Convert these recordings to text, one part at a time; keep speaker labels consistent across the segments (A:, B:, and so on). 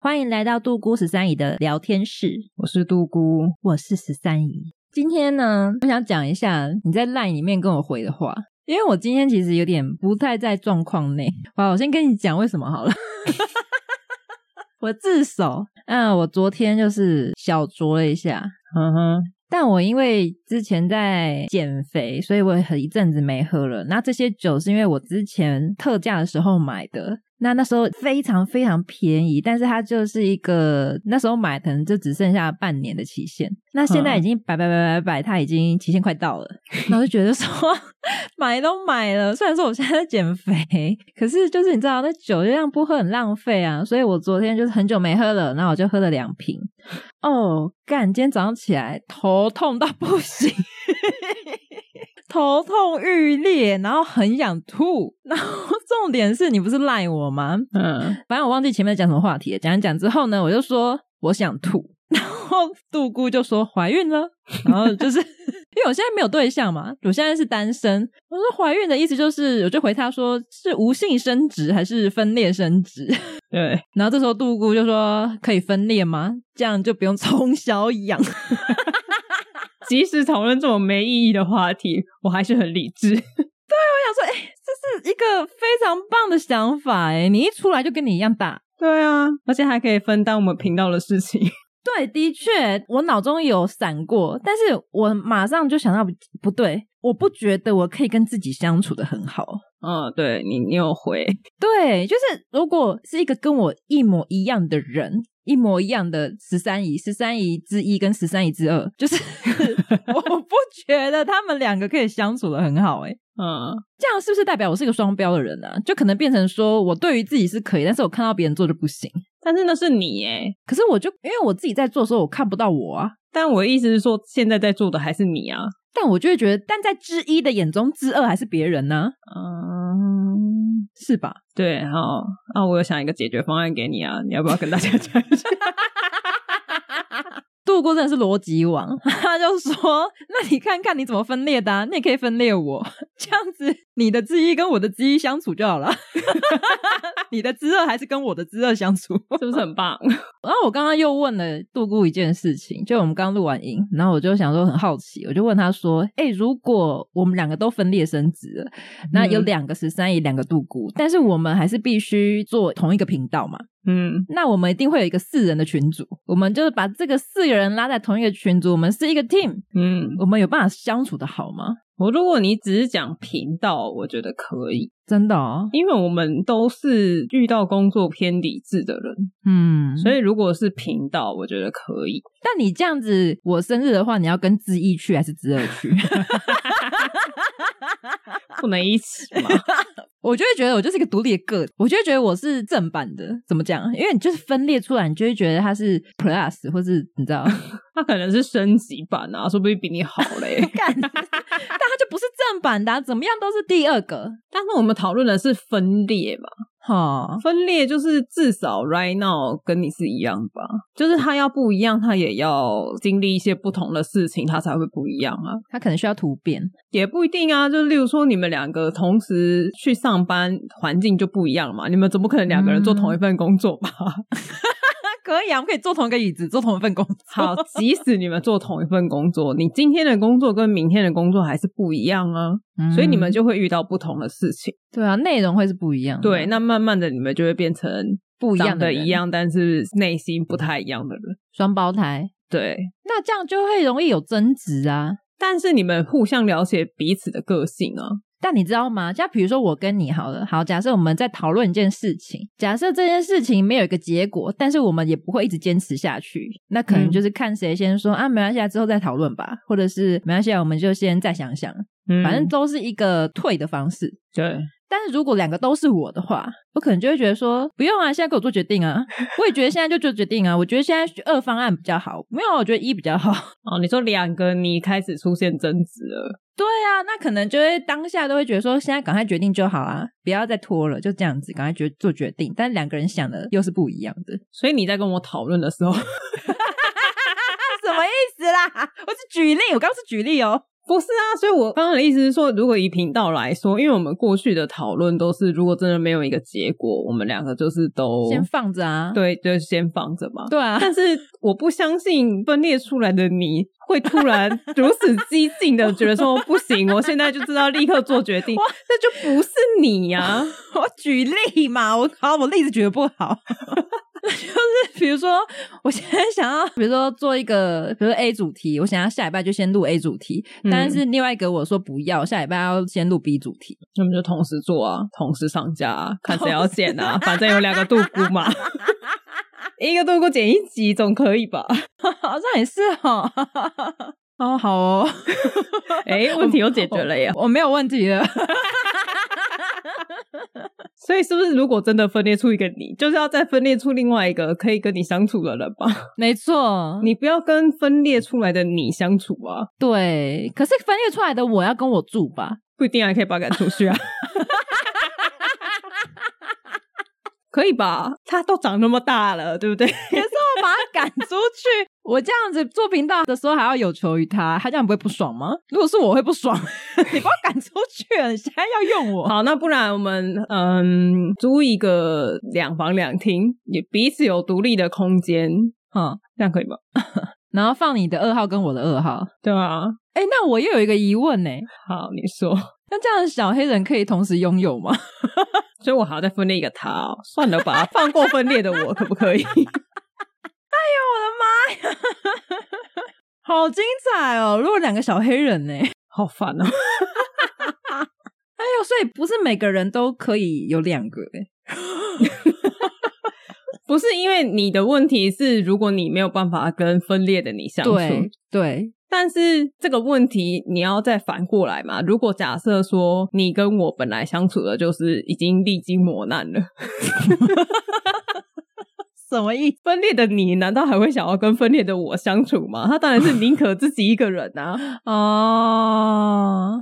A: 欢迎来到杜姑十三姨的聊天室，
B: 我是杜姑，
A: 我是十三姨。
B: 今天呢，我想讲一下你在 LINE 里面跟我回的话，因为我今天其实有点不太在状况内。好，我先跟你讲为什么好了。 我自首，嗯，我昨天就是小酌了一下，
A: 嗯哼，
B: 但我因为之前在减肥，所以我很一阵子没喝了。那这些酒是因为我之前特价的时候买的，那那时候非常非常便宜，但是它就是一个那时候买可能就只剩下半年的期限。那现在已经摆摆摆摆摆，它已经期限快到了，那我就觉得说买都买了，虽然说我现在在减肥，可是就是你知道那酒就这样不喝很浪费啊，所以我昨天就是很久没喝了，然后我就喝了两瓶。哦，干！今天早上起来头痛到不行，头痛欲裂，然后很想吐。然后重点是你不是赖我吗？
A: 嗯，
B: 反正我忘记前面讲什么话题了。讲一讲之后呢，我就说我想吐，然后杜姑就说怀孕了，然后就是因为我现在没有对象嘛，我现在是单身。我说怀孕的意思就是，我就回她说是无性生殖还是分裂生殖。
A: 对，
B: 然后这时候杜姑就说：“可以分裂吗？这样就不用从小养。
A: 即使讨论这种没意义的话题，我还是很理智。”
B: 我想说，哎、这是一个非常棒的想法哎！你一出来就跟你一样大。
A: 对啊，而且还可以分担我们频道的事情。
B: 对，的确，我脑中有闪过，但是我马上就想到不不对，我不觉得我可以跟自己相处的很好。
A: 嗯，对你，你有回，
B: 对，就是如果是一个跟我一模一样的人，一模一样的十三姨、十三姨之一跟十三姨之二，就是 我不觉得他们两个可以相处的很好、欸，诶
A: 嗯，
B: 这样是不是代表我是一个双标的人啊？就可能变成说我对于自己是可以，但是我看到别人做就不行。
A: 但是那是你诶，
B: 可是我就因为我自己在做的时候，我看不到我啊，
A: 但我的意思是说，现在在做的还是你啊。
B: 但我就会觉得，但在之一的眼中，之二还是别人呢、
A: 嗯，
B: 是吧？
A: 对，好，那我有想一个解决方案给你啊，你要不要跟大家讲一下？
B: 杜姑真的是逻辑王， 他就说：“那你看看你怎么分裂的、啊，你也可以分裂我， 这样子你的之一跟我的之一相处就好了， 你的之二还是跟我的之二相处。”
A: 是不是很棒？
B: 然后我刚刚又问了杜姑一件事情，就我们刚录完音，然后我就想说很好奇，我就问他说：“哎、如果我们两个都分裂生子了，那有
A: 嗯
B: 两个十三姨，两个杜姑，但是我们还是必须做同一个频道嘛？
A: 嗯，
B: 那我们一定会有一个四人的群组，我们就是把这个四个人拉在同一个群组，我们是一个 team，
A: 嗯，
B: 我们有办法相处的好吗？
A: 我如果你只是讲频道，我觉得可以，
B: 真的哦，
A: 因为我们都是遇到工作偏理智的人，
B: 嗯，
A: 所以如果是频道，我觉得可以。
B: 但你这样子，我生日的话，你要跟之一去还是之二去？
A: 不能一起 嘛？
B: 我就会觉得我就是一个独立的个，我就会觉得我是正版的。怎么讲？因为你就是分裂出来，你就会觉得它是 plus 或是你知 道，
A: 他可能是升级版啊，说不定比你好嘞。
B: 干，但它就不是正版的啊、怎么样都是第二个。
A: 但是我们讨论的是分裂嘛，
B: 哈，
A: 分裂就是至少 right now 跟你是一样吧，就是他要不一样，他也要经历一些不同的事情，他才会不一样啊。
B: 它可能需要突变。
A: 也不一定啊，就例如说你们两个同时去上班，环境就不一样嘛，你们总不可能两个人做同一份工作吧？
B: 可以啊，我们可以坐同一个椅子，做同一份工 作。
A: 好，即使你们做同一份工作，你今天的工作跟明天的工作还是不一样啊，
B: 嗯
A: 所以你们就会遇到不同的事情。
B: 对啊，内容会是不一样的。
A: 对，那慢慢的你们就会变成
B: 嗯不一样
A: 长
B: 的
A: 得
B: 人
A: 一样，但是内心不太一样的人。
B: 双胞胎，
A: 对，
B: 那这样就会容易有争执啊。
A: 但是你们互相了解彼此的个性啊，
B: 但你知道吗？像比如说我跟你好了，好，假设我们在讨论一件事情，假设这件事情没有一个结果，但是我们也不会一直坚持下去，那可能
A: 嗯
B: 就是看谁先说、啊，没关系，啊，之后再讨论吧，或者是没关系，啊，我们就先再想想，
A: 嗯
B: 反正都是一个退的方式。
A: 对，
B: 但是如果两个都是我的话，我可能就会觉得说，不用啊，现在给我做决定啊！我也觉得现在就做决定啊！我觉得现在二方案比较好，没有啊，我觉得一比较好。
A: 哦，你说两个你开始出现争执了，
B: 对啊，那可能就会当下都会觉得说，现在赶快决定就好啦，不要再拖了，就这样子，赶快决做决定。但两个人想的又是不一样的，
A: 所以你在跟我讨论的时候，
B: 什么意思啦？ 我是举例，我刚刚是举例哦。
A: 不是啊，所以我刚刚的意思是说，如果以频道来说，因为我们过去的讨论都是，如果真的没有一个结果，我们两个就是都
B: 先放着啊。
A: 对，就先放着嘛。
B: 对啊，
A: 但是我不相信分裂出来的你会突然如此激进的觉得说不行，我现在就知道立刻做决定，那就不是你呀、
B: 我举例嘛，我好，我例子举的不好。 就是比如说，我现在想要，比如说做一个，比如说 A 主题，我想要下礼拜就先录 A 主题，
A: 嗯
B: 但是另外一个我说不要，下礼拜要先录 B 主题。
A: 那我们就同时做啊，同时上架啊，看谁要剪啊，反正有两个杜姑 嘛，一个杜姑剪一集总可以吧？
B: 好像也是哦， 哦好哦，
A: 哎、问题又解决了耶！
B: 我没有问题了。
A: 所以是不是如果真的分裂出一个你，就是要再分裂出另外一个可以跟你相处的人吧？
B: 没错，
A: 你不要跟分裂出来的你相处啊，
B: 对，可是分裂出来的我要跟我住吧？
A: 不一定还可以把他赶出去啊。可以吧？他都长那么大了，对不对？
B: 可是我把他赶出去，我这样子做频道的时候还要有求于他，他这样不会不爽吗？如果是我会不爽， 你把我赶出去了，你现在要用我，
A: 好，那不然我们嗯租一个两房两厅，也彼此有独立的空间，
B: 嗯，
A: 这样可以吗？
B: 然后放你的二号跟我的二号。
A: 对啊，
B: 哎、那我又有一个疑问呢、
A: 好，你说，
B: 那这样的小黑人可以同时拥有吗？
A: 所以我还要再分裂一个他、哦，算了吧，放过分裂的我可不可以？
B: 好精彩哦！如果两个小黑人呢、
A: 好烦哦、
B: 哎呦，所以不是每个人都可以有两个哎、
A: 不是因为你的问题是，如果你没有办法跟分裂的你相处，
B: 对对，
A: 但是这个问题你要再反过来嘛。如果假设说你跟我本来相处的就是已经历经磨难了，
B: 什么意思？
A: 分裂的你难道还会想要跟分裂的我相处吗？他当然是宁可自己一个人啊。
B: 哦，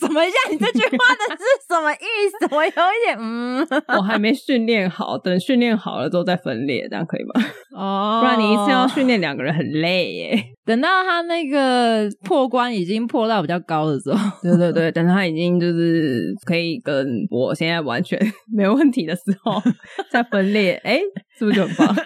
B: 什么一下？你这句话的是什么意 思？我有一点嗯，
A: 我还没训练好，等训练好了之后再分裂，这样可以吗？
B: 哦
A: 不然你一次要训练两个人很累耶。
B: 等到他那个破关已经破到比较高的时候，
A: 对对对，等他已经就是可以跟我现在完全 没问题的时候再分裂，哎、是不是就很棒？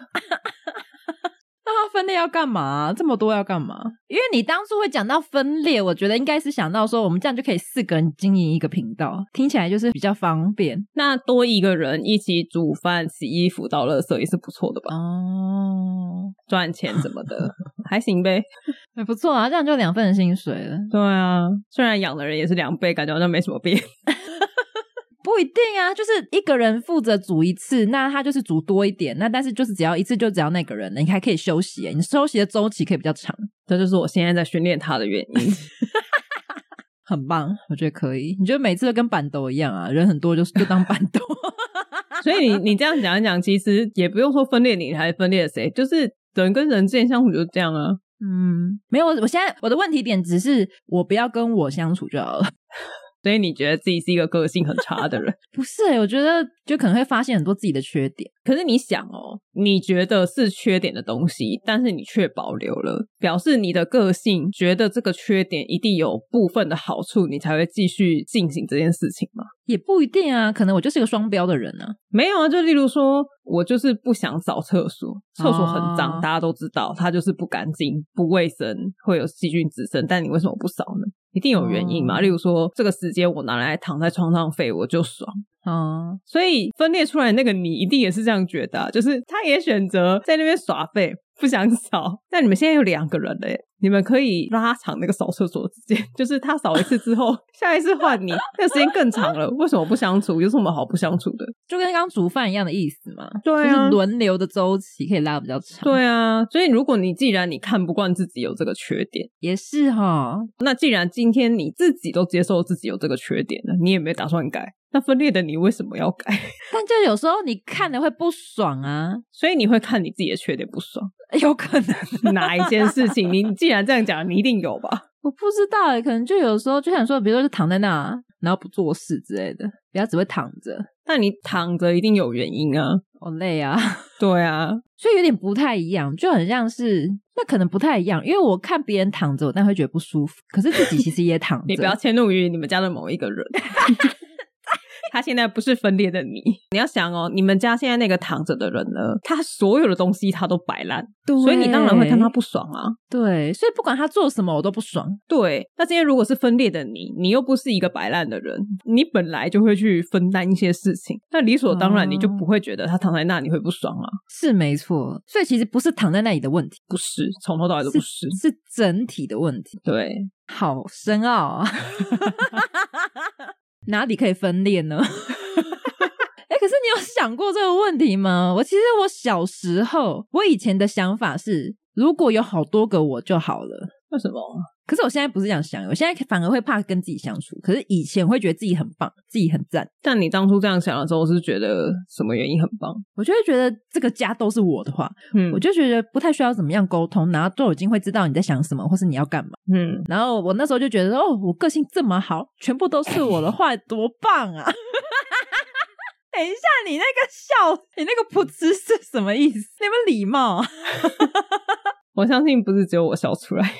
B: 那他分裂要干嘛、这么多要干嘛？因为你当初会讲到分裂，我觉得应该是想到说，我们这样就可以四个人经营一个频道，听起来就是比较方便
A: 那多一个人一起煮饭、洗衣服、倒垃圾也是不错的吧？
B: 哦，
A: 赚钱什么的还行呗。
B: 也不错啊，这样就两份薪水了。
A: 对啊，虽然养的人也是两倍，感觉好像没什么变。
B: 不一定啊，就是一个人负责煮一次，那他就是煮多一点，那但是就是只要一次就只要那个人，你还可以休息耶，你休息的周期可以比较长，
A: 这就是我现在在训练他的原因。
B: 很棒，我觉得可以。你觉得每次都跟板豆一样啊，人很多就是就当板 豆，
A: 所以你你这样讲一讲，其实也不用说分裂你还是分裂谁，就是人跟人之间相处就是这样啊。
B: 嗯，没有，我我现在我的问题点只是我不要跟我相处就好了。
A: 所以你觉得自己是一个个性很差的人，
B: 不是耶、我觉得就可能会发现很多自己的缺点。
A: 可是你想哦，你觉得是缺点的东西，但是你却保留了，表示你的个性觉得这个缺点一定有部分的好处，你才会继续进行这件事情嘛？
B: 也不一定啊，可能我就是个双标的人啊。
A: 没有啊，就例如说我就是不想扫厕所，厕所很脏，
B: 哦
A: 大家都知道，它就是不干净、不卫生，会有细菌滋生，但你为什么不扫呢？一定有原因嘛？
B: 哦
A: 例如说，这个时间我拿来躺在床上废，我就爽。
B: 哦，
A: 所以分裂出来的那个你一定也是这样觉得啊、就是他也选择在那边耍废，不想扫。那你们现在有两个人了耶，你们可以拉长那个扫厕所的时间， 就是他扫一次之后，下一次换你，那个时间更长了。为什么不相处？有什么好不相处的？
B: 就跟刚刚煮饭一样的意思嘛，
A: 对
B: 就是
A: 啊，
B: 轮流的周期可以拉得比较长。，
A: 对啊。所以如果你既然你看不惯自己有这个缺点，
B: 也是哈、
A: 那既然今天你自己都接受自己有这个缺点了，你也没打算改，那分裂的你为什么要改？
B: 但就有时候你看了会不爽啊，
A: 所以你会看你自己的缺点不爽，
B: 有可能
A: 哪一件事情？你既然这样讲，你一定有吧？
B: 我不知道欸，可能就有时候就想说，比如说就躺在那，啊然后不做事之类的，不要只会躺着，
A: 那你躺着一定有原因啊。
B: 好累啊。
A: 对啊，
B: 所以有点不太一样，就很像是那可能不太一样，因为我看别人躺着，我但会觉得不舒服，可是自己其实也躺着。
A: 你不要迁怒于你们家的某一 个人。他现在不是分裂的你，你要想哦，你们家现在那个躺着的人呢，他所有的东西他都摆烂，
B: 对，
A: 所以你当然会看他不爽啊。
B: 对，所以不管他做什么，我都不爽。
A: 对，那今天如果是分裂的你，你又不是一个摆烂的人，你本来就会去分担一些事情，那理所当然
B: 哦
A: 你就不会觉得他躺在那你会不爽啊？
B: 是没错，所以其实不是躺在那里的问题，
A: 不是，从头到尾都不是。
B: 是整体的问题。
A: 对，
B: 好深奥啊！哪里可以分裂呢？ 哎、可是你有想过这个问题吗？我其实我小时候，我以前的想法是，如果有好多个我就好了。
A: 为什么？
B: 可是我现在不是这样想，我现在反而会怕跟自己相处。可是以前会觉得自己很棒，自己很赞，
A: 但你当初这样想的时候，是觉得什么原因很棒？
B: 我就会觉得这个家都是我的话，
A: 嗯
B: 我就觉得不太需要怎么样沟通，然后都已经会知道你在想什么，或是你要干嘛。
A: 嗯，
B: 然后我那时候就觉得，哦，我个性这么好，全部都是我的话，多棒啊！ 等一下，你那个笑，你那个噗嗤是什么意思？你有没有礼貌啊？
A: 我相信不是只有我笑出来。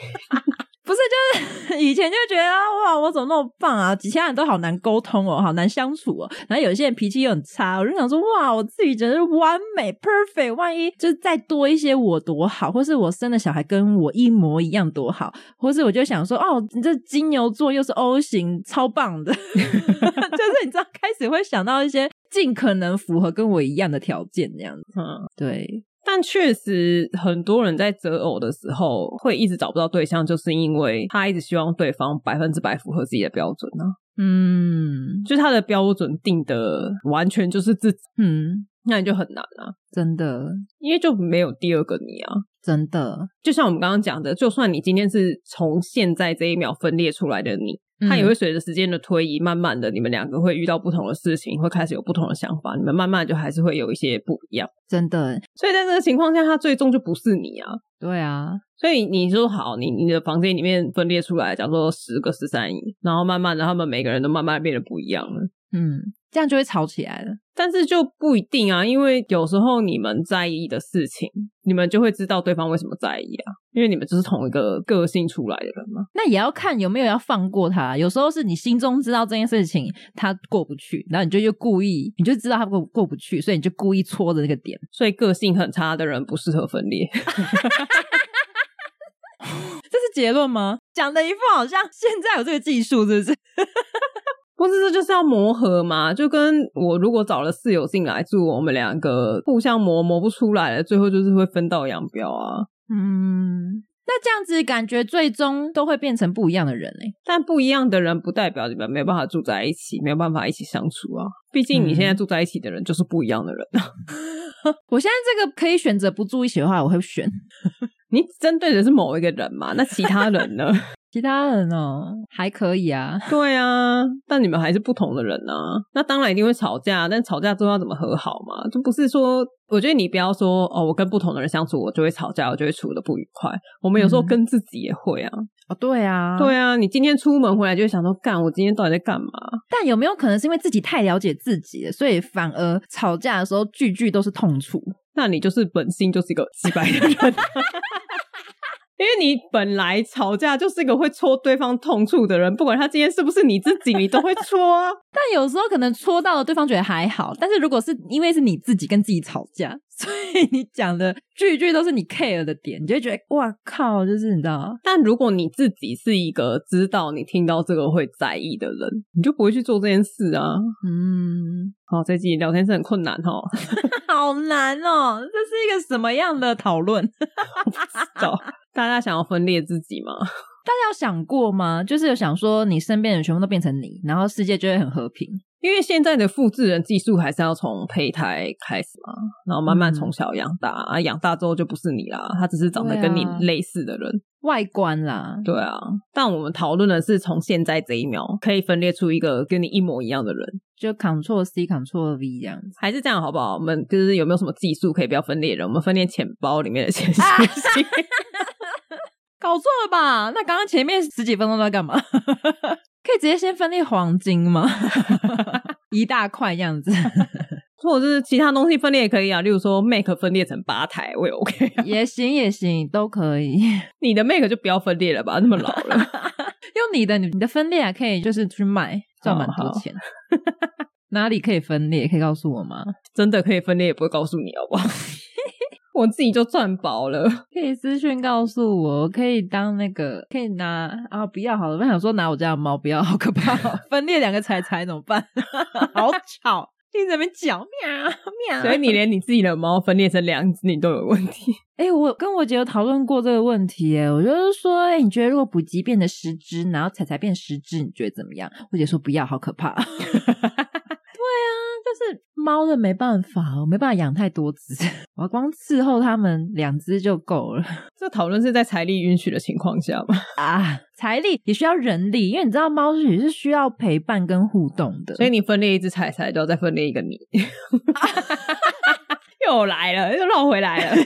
B: 不是，就是 以前就觉得啊哇，我怎么那么棒啊？其他人都好难沟通哦，好难相处哦。然后有些人脾气又很差，我就想说哇，我自己觉得完美 perfect，万一就是再多一些我多好，或是我生的小孩跟我一模一样多好，或是我就想说哦，你这金牛座又是 O 型，超棒 的，就是你知道开始会想到一些尽可能符合跟我一样的条件这样子。
A: 嗯，
B: 对，
A: 但确实很多人在择偶的时候会一直找不到对象，就是因为他一直希望对方百分之百符合自己的标准啊，
B: 嗯
A: 就是他的标准定的完全就是自己，
B: 嗯，
A: 那你就很难啊，
B: 真的
A: 因为就没有第二个你啊。
B: 真的，
A: 就像我们刚刚讲的，就算你今天是从现在这一秒分裂出来的你，它也
B: 嗯
A: 会随着时间的推移，慢慢的你们两个会遇到不同的事情，会开始有不同的想法，你们慢慢就还是会有一些不一样。
B: 真的，
A: 所以在这个情况下，他最终就不是你啊。
B: 对啊，
A: 所以你说好，你你的房间里面分裂出来，假如说十个十三姨，然后慢慢的他们每个人都慢慢变得不一样了。
B: 嗯，这样就会吵起来了。
A: 但是就不一定啊，因为有时候你们在意的事情，你们就会知道对方为什么在意啊，因为你们就是同一个个性出来的人嘛。
B: 那也要看有没有要放过他。啊有时候是你心中知道这件事情他过不去，然后你就又故意，你就知道他过过不去，所以你就故意戳着那个点。
A: 所以个性很差的人不适合分裂。
B: 这是结论吗？讲的一副好像现在有这个技术，是不是？
A: 不是，这就是要磨合嘛，就跟我如果找了室友进来住，我们两个互相磨磨不出来了，最后就是会分道扬镳啊。
B: 嗯，那这样子感觉最终都会变成不一样的人哎、
A: 但不一样的人不代表你们没有办法住在一起，没有办法一起相处啊。毕竟你现在住在一起的人就是不一样的人。啊
B: 我现在这个可以选择不住一起的话，我会选
A: 你针对的是某一个人嘛？那其他人呢？
B: 其他人哦，还可以啊。
A: 对啊，但你们还是不同的人啊。那当然一定会吵架，但吵架之后要怎么和好嘛？就不是说，我觉得你不要说哦，我跟不同的人相处，我就会吵架，我就会处的不愉快。我们有时候
B: 嗯
A: 跟自己也会啊。
B: 哦，对啊，
A: 对啊，你今天出门回来就会想说，干，我今天到底在干嘛？
B: 但有没有可能是因为自己太了解自己了，所以反而吵架的时候句句都是痛处？
A: 那你就是本性就是一个几百的人，啊 因为你本来吵架就是一个会戳对方痛处的人，不管他今天是不是你自己，你都会戳啊。
B: 但有时候可能戳到了对方觉得还好，但是如果是因为是你自己跟自己吵架， 所以你讲的句句都是你 care 的点，你就会觉得哇靠，就是你知道
A: 但如果你自己是一个知道你听到这个会在意的人，你就不会去做这件事啊。
B: 嗯，
A: 好，这集聊天是很困难哦哈，
B: 好难哦，这是一个什么样的讨论？
A: 我不知道。大家想要分裂自己吗？
B: 大家有想过吗？就是有想说，你身边的人全部都变成你，然后世界就会很和平。
A: 因为现在的复制人技术还是要从胚胎开始嘛，然后慢
B: 嗯
A: 慢从小养大、啊，养大之后就不是你啦，他只是长得跟你
B: 对啊
A: 类似的人。
B: 外观啦，
A: 对啊，但我们讨论的是从现在这一秒可以分裂出一个跟你一模一样的人，
B: 就 Ctrl C Ctrl V 这样子。
A: 还是这样好不好？我们就是有没有什么技术可以不要分裂人？我们分裂钱包里面的 钱
B: 啊 搞错了吧？那刚刚前面十几分钟都在干嘛？ 可以直接先分裂黄金吗？ 一大块这样子
A: 或者是其他东西分裂也可以啊，例如说 Make 分裂成八台，我也 OK 啊、
B: 也行，也行，都可以。
A: 你的 Make 就不要分裂了吧，那么老了。
B: 用你的，你你的分裂还可以，就是去卖，赚蛮多钱。 哪里可以分裂？可以告诉我吗？
A: 真的可以分裂，也不会告诉你，好不好？ 我自己就赚饱了。
B: 可以私讯告诉我，我可以当那个，可以拿啊，不要好了。我想说拿我家的猫，不要，好可怕 哦、分裂两个彩彩怎么办？ 好吵，一直在那边叫喵喵。
A: 所以你连你自己的猫分裂成两只，你都有问题。
B: 哎、我跟我姐有讨论过这个问题，哎，我就是说，哎、你觉得如果补给变成十只，然后彩彩变十只，你觉得怎么样？我姐说不要，好可怕。对 啊，就是猫的没办法，我没办法养太多只， 我光伺候它们两只就够了
A: 这讨论是在财力允许的情况下吗？
B: 啊。财力也需要人力，因为你知道猫是也是需要陪伴跟互动的，
A: 所以你分裂一只彩彩，就要再分裂一个你。又来了，又绕回来了。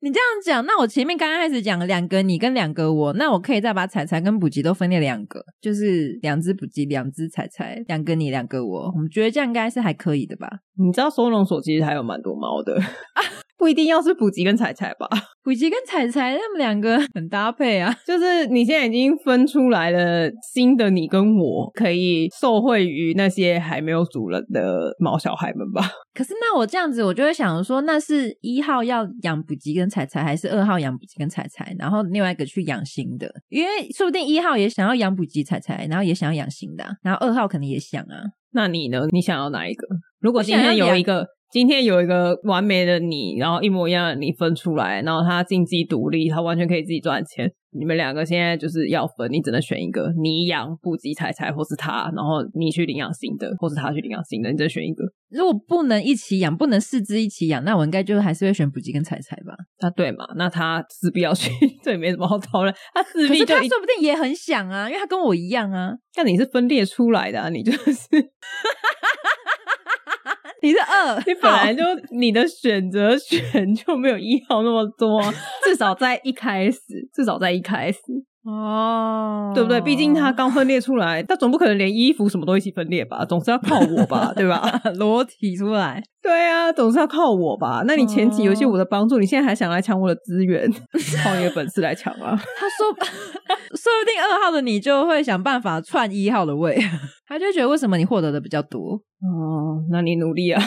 B: 你这样讲，那我前面刚刚开始讲两个你跟两个我，那我可以再把彩彩跟补给都分裂两个，就是两只补给，两只彩彩，两个你，两个我。我们觉得这样应该是还可以的吧？
A: 你知道收容所其实还有蛮多猫的，不一定要是补给跟彩彩吧？
B: 补给跟彩彩他们两个很搭配啊，
A: 就是你现在已经分出来了新的你跟我，可以受惠于那些还没有主人的猫小孩们吧？
B: 可是那我这样子，我就会想说，那是一号要养补给跟彩彩，还是二号养补给跟彩彩，然后另外一个去养新的？因为说不定一号也想要养补给彩彩，然后也想要养新的啊、然后二号可能也想啊。
A: 那你呢？你想要哪一个？如果
B: 我
A: 今
B: 想要
A: 天有
B: 两
A: 一个，今天有一个完美的你，然后一模一样的你分出来，然后他经济独立，他完全可以自己赚钱。你们两个现在就是要分，你只能选一个，你养布吉彩彩，或是他，然后你去领养新的，或是他去领养新的，你只能选一个。
B: 如果不能一起养，不能四只一起养，那我应该就还是会选补给跟彩彩吧。
A: 他对嘛？那他势必要去， 这也没什么好讨论。他势
B: 可是
A: 必就
B: 他
A: 一，
B: 说不定也很想啊，因为他跟我一样啊。
A: 但你是分裂出来的、啊，你就是
B: 你是二，
A: 你本来
B: 好
A: 就你的选择权就没有一号那么多，啊 至少在一开始，至少在一开始，
B: 哦，
A: 对不对？毕竟他刚分裂出来，他总不可能连衣服什么都一起分裂吧？总是要靠我吧，对吧？
B: 裸体出来，
A: 对啊，总是要靠我吧？那你前期有一些我的帮助，你现在还想来抢我的资源，靠你的本事来抢啊？
B: 他说 说不定二号的你就会想办法串一号的位， 他就觉得为什么你获得的比较多？
A: 哦，那你努力啊！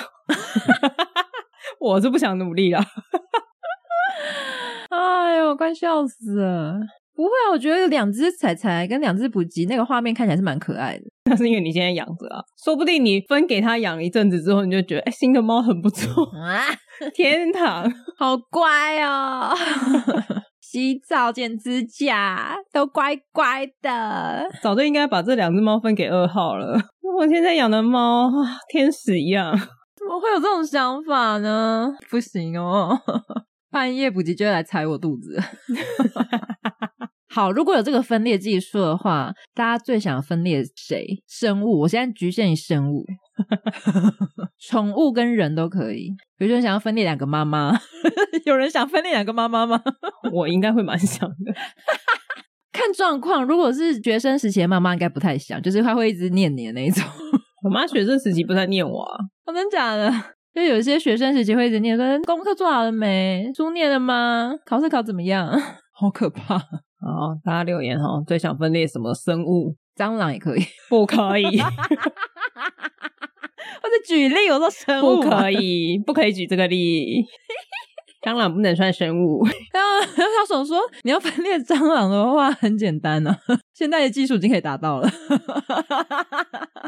A: 我是不想努力了，
B: 哎呦，快笑死了！不会啊，我觉得两只彩彩跟两只补给那个画面看起来是蛮可爱的。
A: 那 是因为你现在养着啊，说不定你分给他养一阵子之后，你就觉得哎、新的猫很不错，
B: 啊，
A: 天堂。
B: 好乖 哦！洗澡、剪指甲都乖乖的。
A: 早就应该把这两只猫分给二号了。我现在养的猫啊天使一样，
B: 怎么会有这种想法呢？不行哦，半夜补给就会来踩我肚 子。好，如果有这个分裂技术的话，大家最想分裂谁？生物，我现在局限于生 物，宠物跟人都可以。有些人想要分裂两个妈妈， 有人想分裂两个妈妈吗？
A: 我应该会蛮想的。
B: 看状况，如果是学生时期的妈妈，应该不太想，就是她会一直念你的那一种。
A: 我妈学生时期不太念我啊，
B: 哦，真假的？就有些学生时期会一直念说：“功课做好了没？书念了吗？考试考怎么样？” 好可怕！
A: 哦，大家留言哦，最想分裂什么生物？
B: 蟑螂也可以，
A: 不可以，
B: 或者举例，我说生
A: 不
B: 可
A: 可以，不可以举这个例。蟑螂不能算生物，
B: 然后 小爽说：“你要分裂 蟑螂的话，很简单啊，现在的技术已经可以达到了。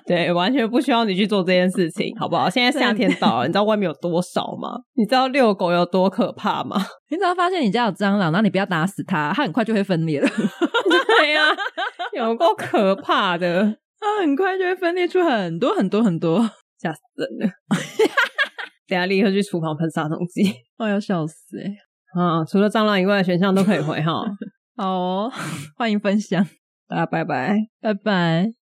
A: 对，完全不需要你去做这件事情，好不好？现在夏天到了，你知道外面有多少吗？你知道遛狗有多可怕吗？
B: 你只要发现你家有蟑螂，然后你不要打死它，它很快就会分裂了，
A: 对
B: 啊
A: 呀、 有够可怕的，
B: 它很快就会分裂出很多很多很多。
A: 吓死人了！ 等一下立刻去厨房喷杀虫剂
B: 我要笑死哎、
A: 啊！除了蟑螂以外的选项都可以回哈，
B: 好哦，欢迎分享，
A: 大家拜拜。
B: 拜拜。